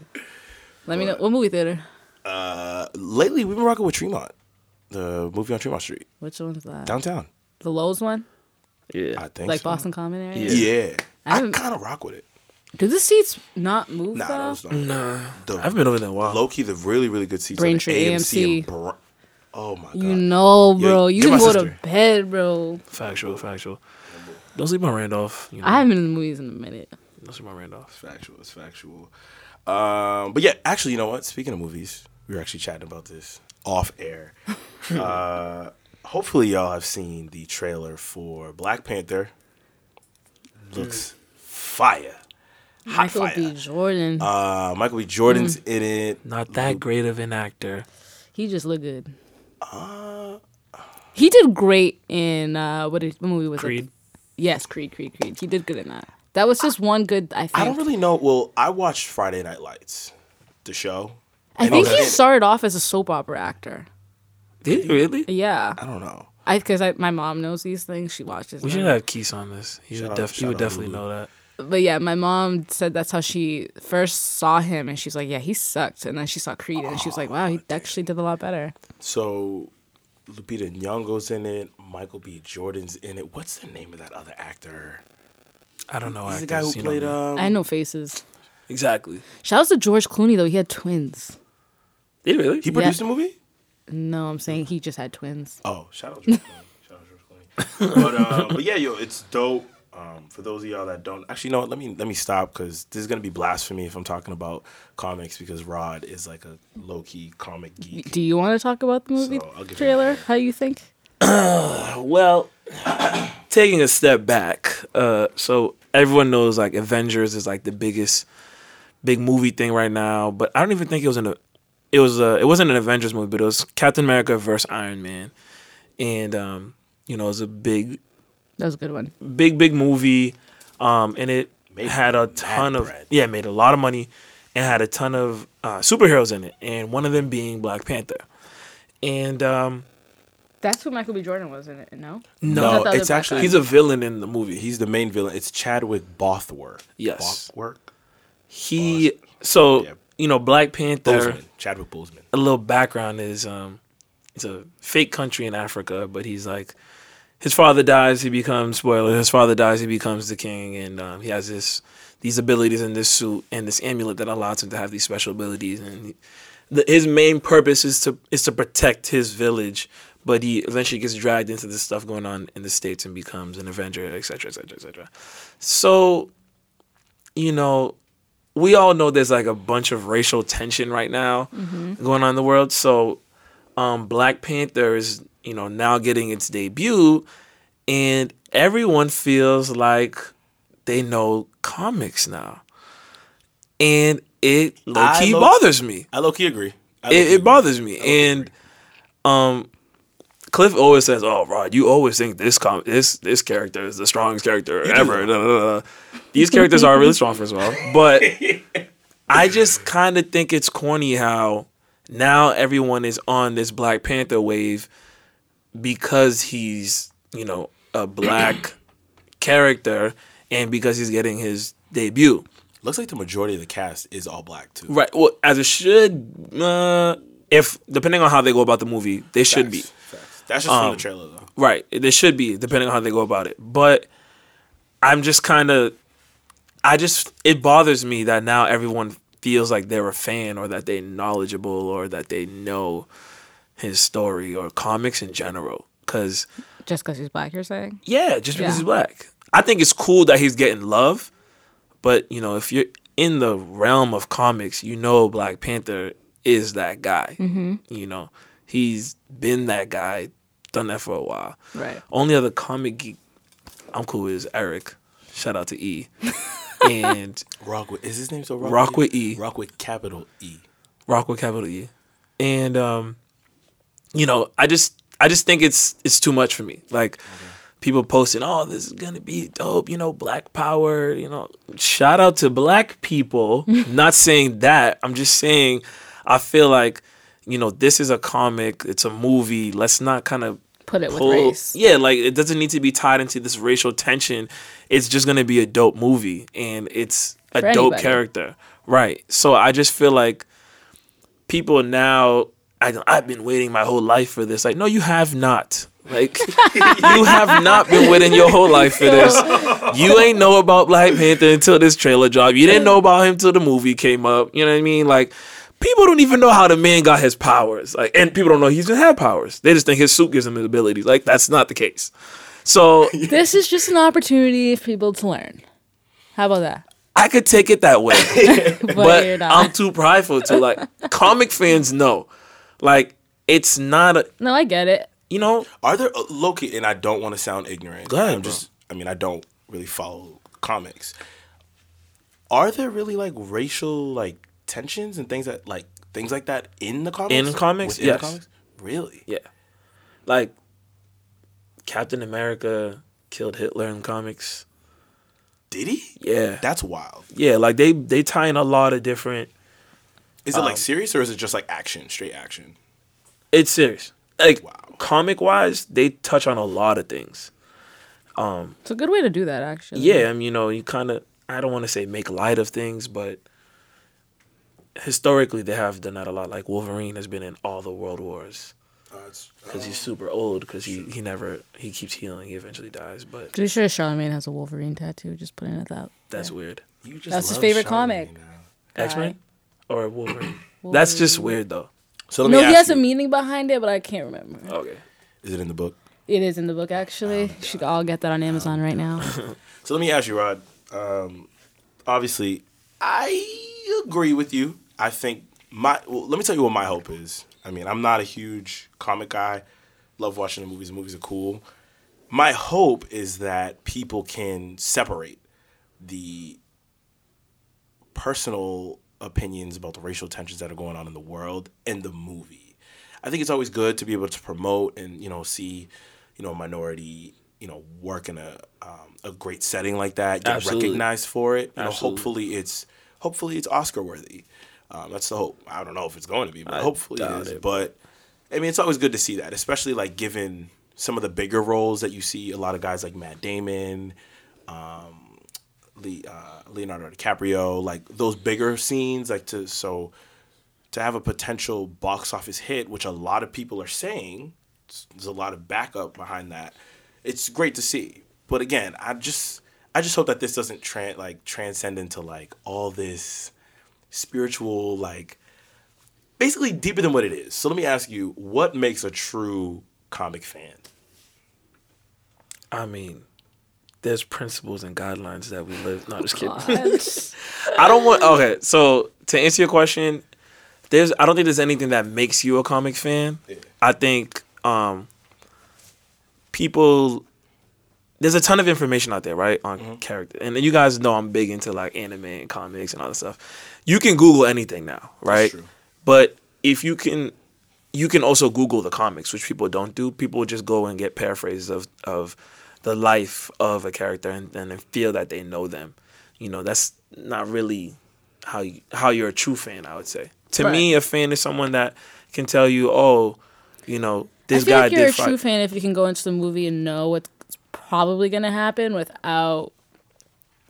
S3: Let me know. What movie theater?
S1: lately we've been rocking with Tremont, the movie on Tremont Street
S3: Which one's that?
S1: downtown.
S3: The Lowe's one?
S1: I
S2: Yeah.
S1: think
S3: Like
S1: so.
S3: Boston Common area?
S2: Yeah.
S1: Yeah, I,
S3: I don't-
S1: kind of rock with it.
S3: Do the seats not move
S1: Nah,
S3: though?
S1: that was not. Nah, the,
S2: I've been over there a while.
S1: low key. The really really good seats.
S3: Braintree,
S1: Braintree AMC.
S3: AMC.
S1: And Bra- oh my god.
S3: you know,
S1: Yeah,
S3: bro. you
S1: you're
S3: can
S1: my
S3: go
S1: sister.
S3: to bed, bro.
S2: Factual, factual. Don't sleep on Randolph. You know,
S3: I haven't been in the movies in a minute.
S2: don't sleep on Randolph.
S1: factual. It's factual. Um, but yeah, actually, you know what? Speaking of movies, we were actually chatting about this off
S3: (laughs)
S1: air. uh, hopefully, y'all have seen the trailer for Black Panther. Looks
S2: Mm.
S1: fire. Hot
S3: Michael
S1: fire.
S3: B. Jordan.
S1: Uh, Michael B. Jordan's
S3: Mm.
S1: in it.
S2: Not that great of an actor.
S3: He just looked good.
S1: uh,
S3: he did great in uh, what, is, what movie was
S2: Creed.
S3: it? Yes, Creed, Creed, Creed. He did good in that. That was just one good. I think.
S1: I
S3: I,
S1: don't really know. Well, I watched Friday Night Lights, the show. and
S3: think
S1: was
S3: he
S1: in it.
S3: started off as a soap opera actor.
S2: Did he really?
S3: Yeah,
S1: I don't know.
S3: I because I, my mom knows these things. She watches.
S2: We
S3: them.
S2: should have Keys on this. He
S1: Shout
S2: would,
S1: out-
S2: def- he
S1: shout
S2: would
S1: out
S2: definitely
S1: Lulu.
S2: know that.
S3: But yeah, my mom said that's how she first saw him, and she's like, "Yeah, he sucked." And then she saw Creed, and she was like, "Wow, he actually did a lot better."
S1: So, Lupita Nyong'o's in it. Michael B. Jordan's in it. What's the name of that other actor?
S2: I don't know.
S1: He's the guy
S2: actors,
S1: who
S2: you know
S1: played.
S2: me.
S1: Um,
S3: I know faces.
S2: exactly.
S3: Shout out to George Clooney though; he had twins.
S2: Did he really?
S1: he produced
S3: Yeah.
S1: the movie.
S3: No, I'm saying he just had twins.
S1: Oh, shout out (laughs) George Clooney. Shout out George Clooney. But, uh, but yeah, yo, it's dope. Um, for those of y'all that don't actually know, what, let me let me stop because this is gonna be blasphemy if I'm talking about comics because Rod is like a low key comic geek.
S3: Do you want to talk about the movie
S1: So, I'll give you
S3: trailer? How you think?
S2: well, (sighs) taking a step back. Uh, so everyone knows like Avengers is like the biggest big movie thing right now, but I don't even think it was in a it was uh it wasn't an Avengers movie, but it was Captain America versus Iron Man. And um, you know, it was a big
S3: That was a good one.
S2: big big movie um and it
S1: Made
S2: had a ton of
S1: bread.
S2: yeah, made a lot of money, and had a ton of uh, superheroes in it, and one of them being Black Panther. And um,
S3: That's who Michael B. Jordan was in it. No.
S1: No,
S3: Not the other
S1: it's
S3: black
S1: actually-
S3: guy.
S2: he's a villain in the movie. He
S1: He's the main villain. It's Chadwick Bothworth.
S2: Yes.
S1: Bothworth.
S2: he so
S1: Yeah.
S2: you know Black Panther.
S1: Boseman. Chadwick Boseman.
S2: a little background is um, it's a fake country in Africa, but he's like his father dies, he becomes spoiler. His father dies, he becomes the king, and um, he has this these abilities in this suit and this amulet that allows him to have these special abilities. And he, the, his main purpose is to is to protect his village, but he eventually gets dragged into this stuff going on in the states and becomes an Avenger, etc., etc., etc. So, you know, we all know there's like a bunch of racial tension right now going on in the world. So, um, Black Panther is you know now getting its debut, and everyone feels like they know comics now, and it low
S1: I
S2: key
S1: low-
S2: bothers me.
S1: I low key agree. I
S2: It,
S1: low-key
S2: it bothers me,
S1: I low-key
S2: and
S1: agree.
S2: um, Cliff always says, "Oh, Rod, you always think this com- this this character is the strongest character ever." Da, da, da, da. These characters are really strong, first of all, but I just kind of think it's corny how now everyone is on this Black Panther wave because he's you know a black character and because he's getting his debut.
S1: looks like the majority of the cast is all black too.
S2: Right. Well, as it should, uh, if depending on how they go about the movie, they should be.
S1: Facts. Facts. That's just from the trailer though.
S2: Right. They should be, depending on how they go about it. But I'm just kind of, I just, it bothers me that now everyone feels like they're a fan or that they're knowledgeable or that they know his story or comics in general. Because,
S3: Just because he's black, you're saying?
S2: yeah, just because
S3: Yeah.
S2: he's black. I think it's cool that he's getting love. But, you know, if you're in the realm of comics, you know Black Panther is that guy. You know, he's been that guy, done that for a while.
S3: Right.
S2: Only other comic geek I'm cool with is Eric. Shout out to E. and
S1: Rockwood is his name so
S2: Rockwood E.
S1: Rockwood capital E.
S2: Rock with capital E. And um, you know, I just I just think it's it's too much for me. Like people posting, oh, this is gonna be dope, you know, black power, you know. Shout out to black people. Not saying that. I'm just saying I feel like, you know, this is a comic, it's a movie. Let's not kind of
S3: Put it
S2: pull-
S3: with
S2: (laughs)
S3: race.
S2: Yeah, like it doesn't need to be tied into this racial tension. It's just gonna be a dope movie, and it's a
S3: For
S2: dope
S3: anybody.
S2: character, right? So I just feel like people now. I, I've been waiting my whole life for this. Like, no, you have not.
S3: (laughs)
S2: Like, you have not been waiting your whole life for this. You ain't know about Black Panther until this trailer dropped. You didn't know about him till the movie came up. You know what I mean? Like, people don't even know how the man got his powers. Like, and people don't know he's even had powers. They just think his suit gives him his abilities. Like, that's not the case. So
S3: This is just an opportunity for people to learn. How about that?
S2: I could take it that way.
S3: But, you're
S2: but um,
S3: not.
S2: I'm too prideful to like comic fans know. Like, it's not a
S3: no, I get it.
S2: you know,
S1: Are there uh, Loki? And I don't want to sound ignorant.
S2: Go ahead,
S1: I'm
S2: bro.
S1: just. I mean, I don't really follow comics. Are there really like racial like tensions and things that like things like that in the comics?
S2: In comics?
S1: Within the
S2: Yes.
S1: Really?
S2: Yeah. Like Captain America killed Hitler in comics.
S1: Did he?
S2: Yeah.
S1: That's wild.
S2: yeah, like they they tie in a lot of different
S1: Is it
S2: Um,
S1: like serious or is it just like action, straight action?
S2: it's serious. Like
S1: Wow.
S2: comic wise, they touch on a lot of things.
S3: It's a good way to do that, actually.
S2: Yeah, I mean, you know, you kind of I don't want to say make light of things, but historically they have done that a lot. Like Wolverine has been in all the world wars because he's super old because he he never he keeps healing. He eventually dies, but
S3: Pretty sure Charlemagne has a Wolverine tattoo. Just putting it out.
S2: that's
S3: there.
S2: weird.
S1: You just
S3: That's his
S1: love
S3: favorite
S1: Charlemagne,
S3: comic.
S1: man.
S2: X Men or Wolverine. That's just weird though.
S1: So let me
S3: No,
S1: ask
S3: he has
S1: you,
S3: a meaning behind it, but I can't remember.
S2: Okay.
S1: Is it in the book?
S3: It is in the book, actually.
S2: Oh,
S3: You should all get that on Amazon right
S2: (laughs)
S3: now. (laughs)
S1: So let me ask you, Rod. Um, obviously, I agree with you. I think my well, let me tell you what my hope is. I mean, I'm not a huge comic guy. Love watching the movies. The movies are cool. My hope is that people can separate the personal opinions about the racial tensions that are going on in the world and the movie. I think it's always good to be able to promote and you know see, you know, minority you know work in a um, a great setting like that, get
S2: Absolutely.
S1: recognized for it. You know,
S2: Absolutely.
S1: hopefully it's hopefully it's Oscar worthy. Um, that's the hope. I don't know if it's going to be, but
S2: I
S1: hopefully it
S2: doubt
S1: is.
S2: it.
S1: But I mean, it's always good to see that, especially like given some of the bigger roles that you see. A lot of guys like Matt Damon, um, Le- uh, Leonardo DiCaprio, like those bigger scenes, like to so to have a potential box office hit, which a lot of people are saying, s- there's a lot of backup behind that. It's great to see, but again, I just I just hope that this doesn't tran like transcend into like all this spiritual like basically deeper than what it is. So let me ask you, what makes a true comic fan?
S2: I mean, there's principles and guidelines that we live. No, just kidding. (laughs)
S3: God.
S2: I don't want. Okay, so to answer your question, there's. I don't think there's anything that makes you a comic fan.
S1: Yeah.
S2: I think um, people. There's a ton of information out there, right, on
S1: Mm-hmm.
S2: character, and you guys know I'm big into like anime and comics and all that stuff. You can Google anything now, right?
S1: true.
S2: But if you can, you can also Google the comics, which people don't do. People just go and get paraphrases of of the life of a character and, and then feel that they know them. You know, that's not really how you, how you're a true fan. I would say. To me, a fan is someone that can tell you, oh, you know,
S3: I
S2: this
S3: feel
S2: guy
S3: like you're a
S2: did.
S3: true
S2: Fr-
S3: fan if you can go into the movie and know what's probably gonna happen without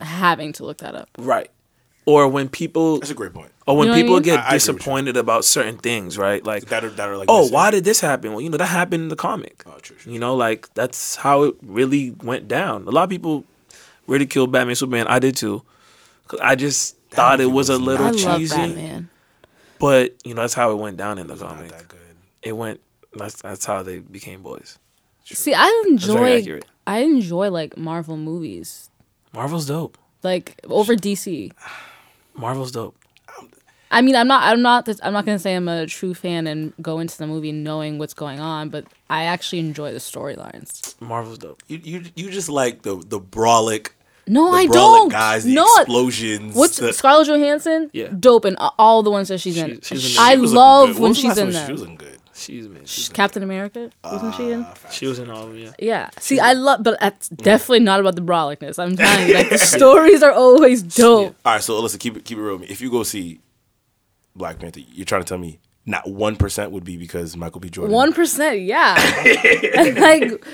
S3: having to look that up.
S2: right. Or when people,
S1: That's a great point.
S2: or
S3: You
S2: when
S3: know what I
S2: people
S3: mean?
S2: get
S1: I- I agree with you.
S2: disappointed about certain things, right? Like
S1: That are that are like
S2: oh,
S1: missing.
S2: why did this happen? Well, you know, that happened in the comic.
S1: Oh, true, true.
S2: You know, like that's how it really went down. A lot of people ridiculed Batman Superman. I did too. 'Cause I just thought it
S1: movie
S2: was a
S1: was
S2: little
S3: I
S1: not
S3: love
S2: cheesy,
S3: Batman.
S2: but you know, that's how it went down in the
S1: Not
S2: comic.
S1: that good.
S2: It went. That's that's how they became boys.
S3: See, I
S2: very
S3: enjoy
S2: accurate.
S3: I enjoy like Marvel movies.
S2: Marvel's dope.
S3: Like over DC.
S2: Marvel's dope.
S3: I mean, I'm not. I'm not. This, I'm not gonna say I'm a true fan and go into the movie knowing what's going on, but I actually enjoy the storylines.
S2: Marvel's dope.
S1: You you you just like the the brolic
S3: No,
S1: the
S3: I
S1: brolic
S3: don't.
S1: guys, the
S3: no,
S1: explosions.
S3: what's
S1: the,
S3: Scarlett Johansson?
S2: Yeah.
S3: dope in a- all the ones that she's in.
S2: She- she's in
S3: I
S2: it.
S1: She was looking good.
S3: love
S1: What
S3: when
S1: was the
S3: she's
S1: last
S3: in
S1: one
S3: there.
S1: She was looking good. Uh,
S2: She's man.
S3: She's
S2: She's,
S3: Captain America, wasn't she in?
S2: she was in all of them, yeah.
S3: Yeah. See, I love, but that's definitely not about the brawlicness. I'm telling you,
S1: (laughs)
S3: like the stories are always dope.
S1: All right, so listen, keep it keep it real. With me. If you go see Black Panther, you're trying to tell me not one percent would be because Michael B. Jordan.
S3: One
S1: (laughs)
S3: percent, yeah. (laughs) And, like,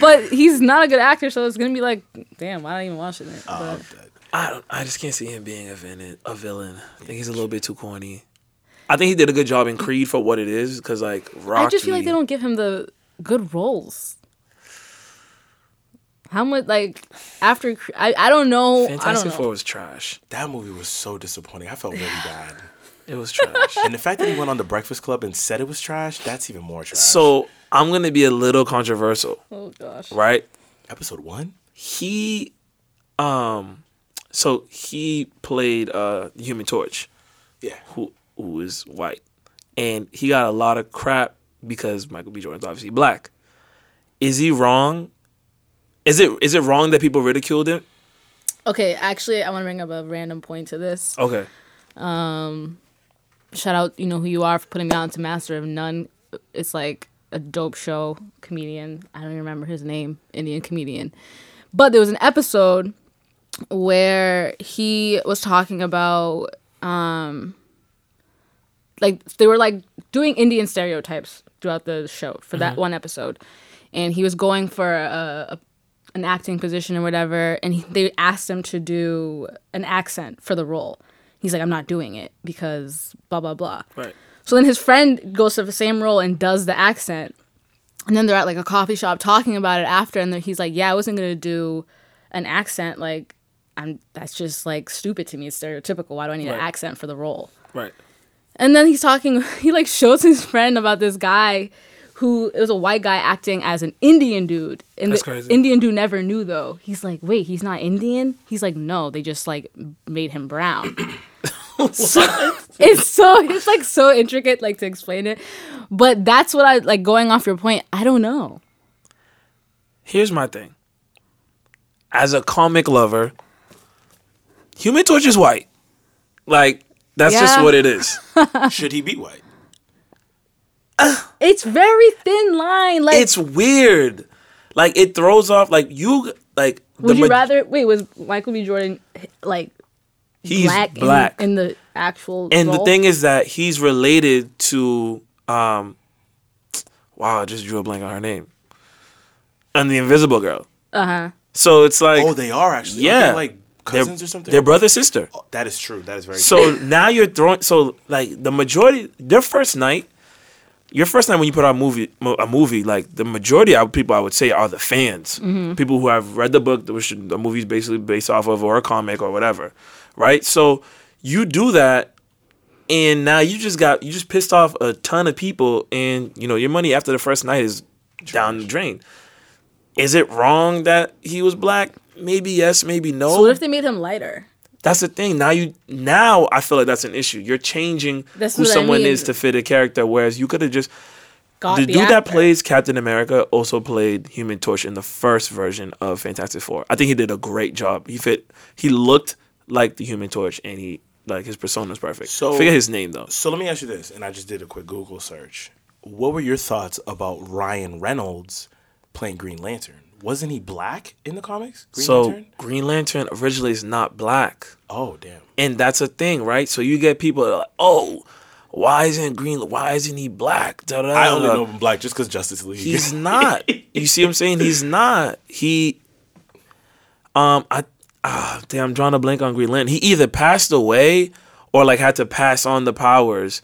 S3: but he's not a good actor, so it's gonna be like, damn, I don't even watch it.
S1: Uh,
S3: But
S2: I don't. I just can't see him being a villain. A villain. I think he's a little bit too corny. I think he did a good job in Creed for what it is, because like Rocky.
S3: I just feel like they don't give him the good roles. How much like after Cre- I, I don't know I don't
S2: Fantastic
S3: know.
S2: Four was trash.
S1: that movie was so disappointing. I felt really bad.
S2: It was
S3: (laughs)
S2: trash.
S1: And the fact that he went on the Breakfast Club and said it was trash, that's even more trash.
S2: so I'm gonna be a little controversial,
S3: oh gosh.
S2: right?
S1: episode one,
S2: He, um, so he played uh the Human Torch,
S1: yeah,
S2: who who is white, and he got a lot of crap because Michael B. Jordan's obviously black. Is he wrong? Is it is it wrong that people ridiculed him?
S3: Okay, actually I want to bring up a random point to this.
S2: Okay.
S3: Shout out, you know who you are for putting me on to Master of None. It's like a dope show comedian. I don't even remember his name, Indian comedian. But there was an episode where he was talking about um like they were like doing Indian stereotypes throughout the show for that one episode. And he was going for a, a an acting position or whatever and he, they asked him to do an accent for the role. He's like I'm not doing it because blah blah blah.
S2: Right.
S3: So then his friend goes to the same role and does the accent. And then they're at like a coffee shop talking about it after, and then he's like, "Yeah, I wasn't gonna do an accent. Like, I'm that's just like stupid to me. It's stereotypical. Why do I need
S2: Right.
S3: an accent for the role?"
S2: Right.
S3: And then he's talking. (laughs) He like shows his friend about this guy, who it was a white guy acting as an Indian dude, and
S2: That's
S3: the
S2: crazy.
S3: Indian dude never knew though. He's like, "Wait, he's not Indian?" He's like, "No, they just like made him
S2: (coughs)
S3: brown." so it's so it's like so intricate like to explain it but that's what i like going off your point i don't know
S2: Here's my thing. As a comic lover, Human Torch is white. Like that's just
S3: Yeah.
S2: what
S3: (laughs)
S2: it is.
S1: should he be white?
S3: it's very thin line like
S2: it's weird. Like it throws off like you like
S3: Would you
S2: ma-
S3: rather wait? Was Michael B. Jordan like
S2: he's
S3: black,
S2: black,
S3: in- In, the actual?
S2: and the
S3: role?
S2: thing is that he's related to um wow, I just drew a blank on her name. And the Invisible Girl.
S3: uh huh.
S2: So it's like
S1: Oh, they are actually. Aren't
S2: yeah,
S1: they, like
S2: They're-
S1: cousins or something.
S2: They're brother sister.
S1: that is true. That is very. true.
S2: So now you're throwing. So like the majority, their first night, your first night when you put out a movie, mo- a movie like the majority of people I would say are the fans, people who have read the book, which the movie's basically based off of, or a comic or whatever, right? So you do that, and now you just got you just pissed off a ton of people, and you know your money after the first night is down the drain. Is it wrong that he was black? Maybe yes, maybe no.
S3: So what if they made him lighter?
S2: That's the thing. Now you now I feel like that's an issue. You're changing
S3: That's
S2: who
S3: what I
S2: someone
S3: mean.
S2: is to fit a character, whereas you could have just
S3: God,
S2: the
S3: the
S2: dude that
S3: actor.
S2: plays Captain America also played Human Torch in the first version of Fantastic Four. I think he did a great job. He fit he looked like the Human Torch and he like his persona's perfect.
S1: So-
S2: So forget his name though.
S1: So let me ask you this, and I just did a quick Google search. What were your thoughts about Ryan Reynolds playing Green Lantern? Wasn't he black in the comics? Green
S2: so
S1: Lantern?
S2: Green Lantern originally is not black.
S1: Oh damn.
S2: And that's a thing, right? So you get people that are like, oh, why isn't Green why isn't he black? Da, da,
S1: I
S2: da,
S1: only
S2: da.
S1: know him black just because Justice League. (laughs)
S2: He's not. you see what I'm saying? He's not. He um I ah damn I'm drawing a blank on Green Lantern. He either passed away or like had to pass on the powers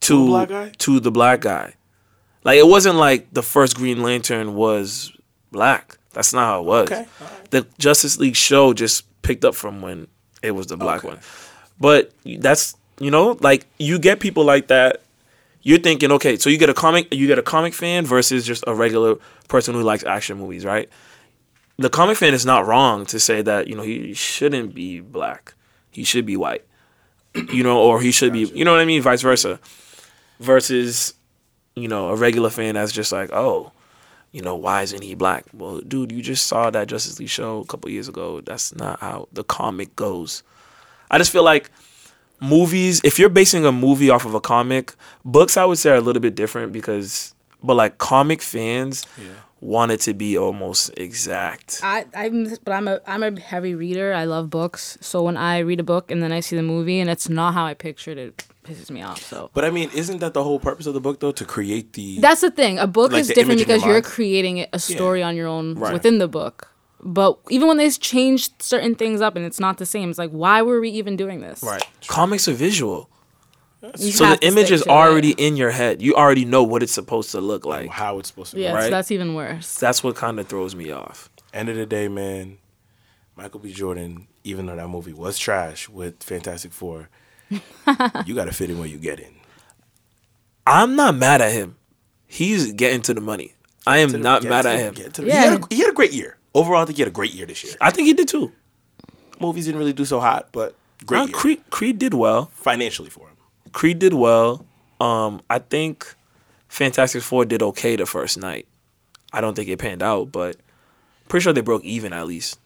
S2: to
S1: the black guy?
S2: to the black guy. Like it wasn't like the first Green Lantern was black. That's not how it was.
S1: Okay, alright.
S2: The Justice League show just picked up from when it was the black one. But that's you know, like you get people like that you're thinking, okay, so you get a comic, you get a comic fan versus just a regular person who likes action movies, right? The comic fan is not wrong to say that you know he shouldn't be black, he should be white, (clears throat) you know, or he should be, you know what I mean, vice versa. Versus, you know, a regular fan that's just like, oh, you know, why isn't he black? Well, dude, you just saw that Justice League show a couple years ago. That's not how the comic goes. I just feel like movies, if you're basing a movie off of a comic, books I would say are a little bit different because, but like comic fans want it to be almost exact.
S3: I, I'm, but I'm a, I'm a heavy reader. I love books. So when I read a book and then I see the movie and it's not how I pictured it, it pisses me off. So
S1: But I mean, isn't that the whole purpose of the book though? To create the
S3: that's the thing. A book
S1: Like
S3: is
S1: the
S3: different
S1: image in your
S3: because you're
S1: mind.
S3: creating it- a story on your own
S2: Right.
S3: within the book. But even when they change certain things up and it's not the same, it's like why were we even doing this?
S2: Comics are visual.
S3: You
S2: So
S3: have
S2: the
S3: to
S2: image
S3: stick
S2: is
S3: to it.
S2: already in your head. You already know what it's supposed to look like.
S1: how it's supposed to
S3: Yeah,
S1: be.
S3: so
S2: right?
S3: that's even worse.
S2: That's what kind of throws me off.
S1: End of the day, man. Michael B. Jordan, even though that movie was trash with Fantastic
S2: (laughs)
S1: Four, you gotta fit in where you get in.
S2: I'm not mad at him. He's getting to the money. I am not
S1: Get
S2: mad
S1: to-
S2: at him.
S1: get to the-
S3: Yeah.
S1: he, had a, he had a great year. Overall, I think he had a great year this year.
S2: I think he did too.
S1: Movies didn't really do so hot, but great
S2: Uh,
S1: year.
S2: Creed, Creed did well.
S1: financially for him.
S2: Creed did well. Um, I think Fantastic Four did okay the first night. I don't think it panned out, but pretty sure they broke even at least.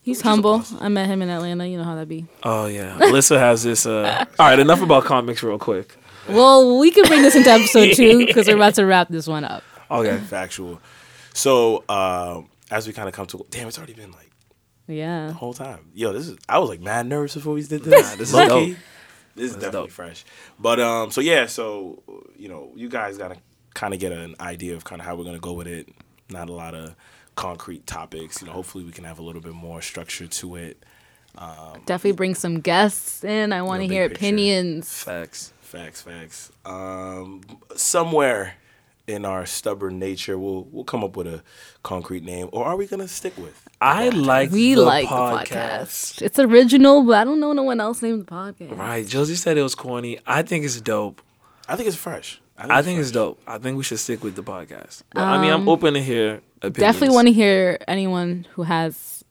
S3: He's humble. I met him in Atlanta. You know how that be.
S2: Oh (laughs) yeah, Alyssa has this. Uh... All right, enough about comics, real quick.
S3: Well, we can bring this into episode
S2: (laughs)
S3: two because we're about to wrap this one up.
S2: Okay,
S1: Factual. So um, as we kind of come to, damn, it's already been like
S3: Yeah.
S1: whole time. Yo, this is I was like mad nervous before we did this.
S2: this is
S1: Low-key.
S2: dope.
S1: This is definitely
S2: dope.
S1: fresh. But um, so yeah, so you know, you guys gotta kind of get an idea of kind of how we're gonna go with it. Not a lot of concrete topics. You know, hopefully we can have a little bit more structure to it.
S3: Definitely bring some guests in. I want to
S1: big
S3: hear
S1: picture.
S3: opinions.
S2: facts.
S1: Facts, facts. Um, somewhere in our stubborn nature, we'll we'll come up with a concrete name, or are we gonna stick with?
S2: I like
S3: We
S2: the
S3: like the podcast. It's original, but I don't know no one else named the podcast.
S2: Right, Josie said it was corny. I think it's dope.
S1: I think it's fresh.
S2: I think it's dope. I think we should stick with the podcast. But, I mean, I'm open to hear opinions.
S3: Um, Definitely want to hear anyone who has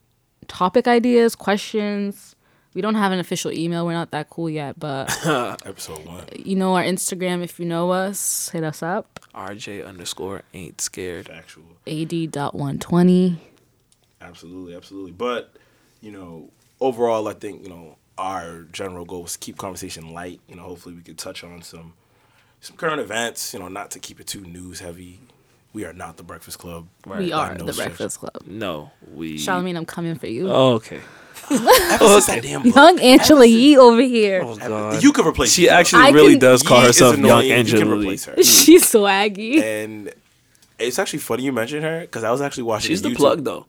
S3: topic ideas, questions. We don't have an official email. We're not that cool yet,
S2: (laughs)
S3: but
S1: episode one.
S3: you know our Instagram if you know us, hit us up.
S2: RJ underscore ain't scared.
S1: Factual.
S3: AD.120.
S1: Absolutely, absolutely. But you know, overall, I think you know our general goal is to keep conversation light. You know, hopefully we could touch on some some current events. You know, not to keep it too news heavy. we are not the Breakfast Club.
S3: we
S1: By
S3: are
S1: no
S3: the
S1: stretch.
S3: Breakfast Club.
S2: No, we.
S3: Charlamagne, I'm coming for you.
S2: Oh, okay.
S1: (laughs) Ever since that damn book,
S3: Young Angela Yee over here.
S2: (laughs) Oh
S1: ever-
S2: God.
S1: you could replace.
S2: she
S1: her.
S2: actually
S3: I
S2: really
S3: can-
S2: does call
S1: Yee is
S2: herself Young
S1: annoying, you can
S2: Angela Lee.
S1: replace her.
S3: (laughs) She's swaggy.
S1: And it's actually funny you mentioned her because I was actually watching.
S2: She's
S1: a
S2: the
S1: YouTube-
S2: plug though.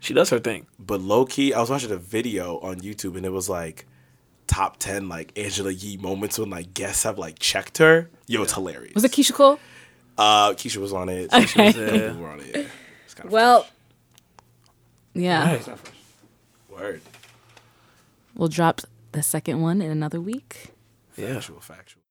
S2: She does her
S1: (laughs)
S2: thing.
S1: But low key, I was watching a video on YouTube and it was like top ten like Angela Yee moments when like guests have like checked her. Yo, it's hilarious.
S3: Was it Keisha Cole?
S1: Uh, Keisha was on it. Keisha
S3: Okay.
S1: was there. People were on it. yeah. It's kinda
S3: Well, yeah.
S1: fresh. word.
S3: We'll drop the second one in another week.
S2: Yeah.
S1: Factual, factual.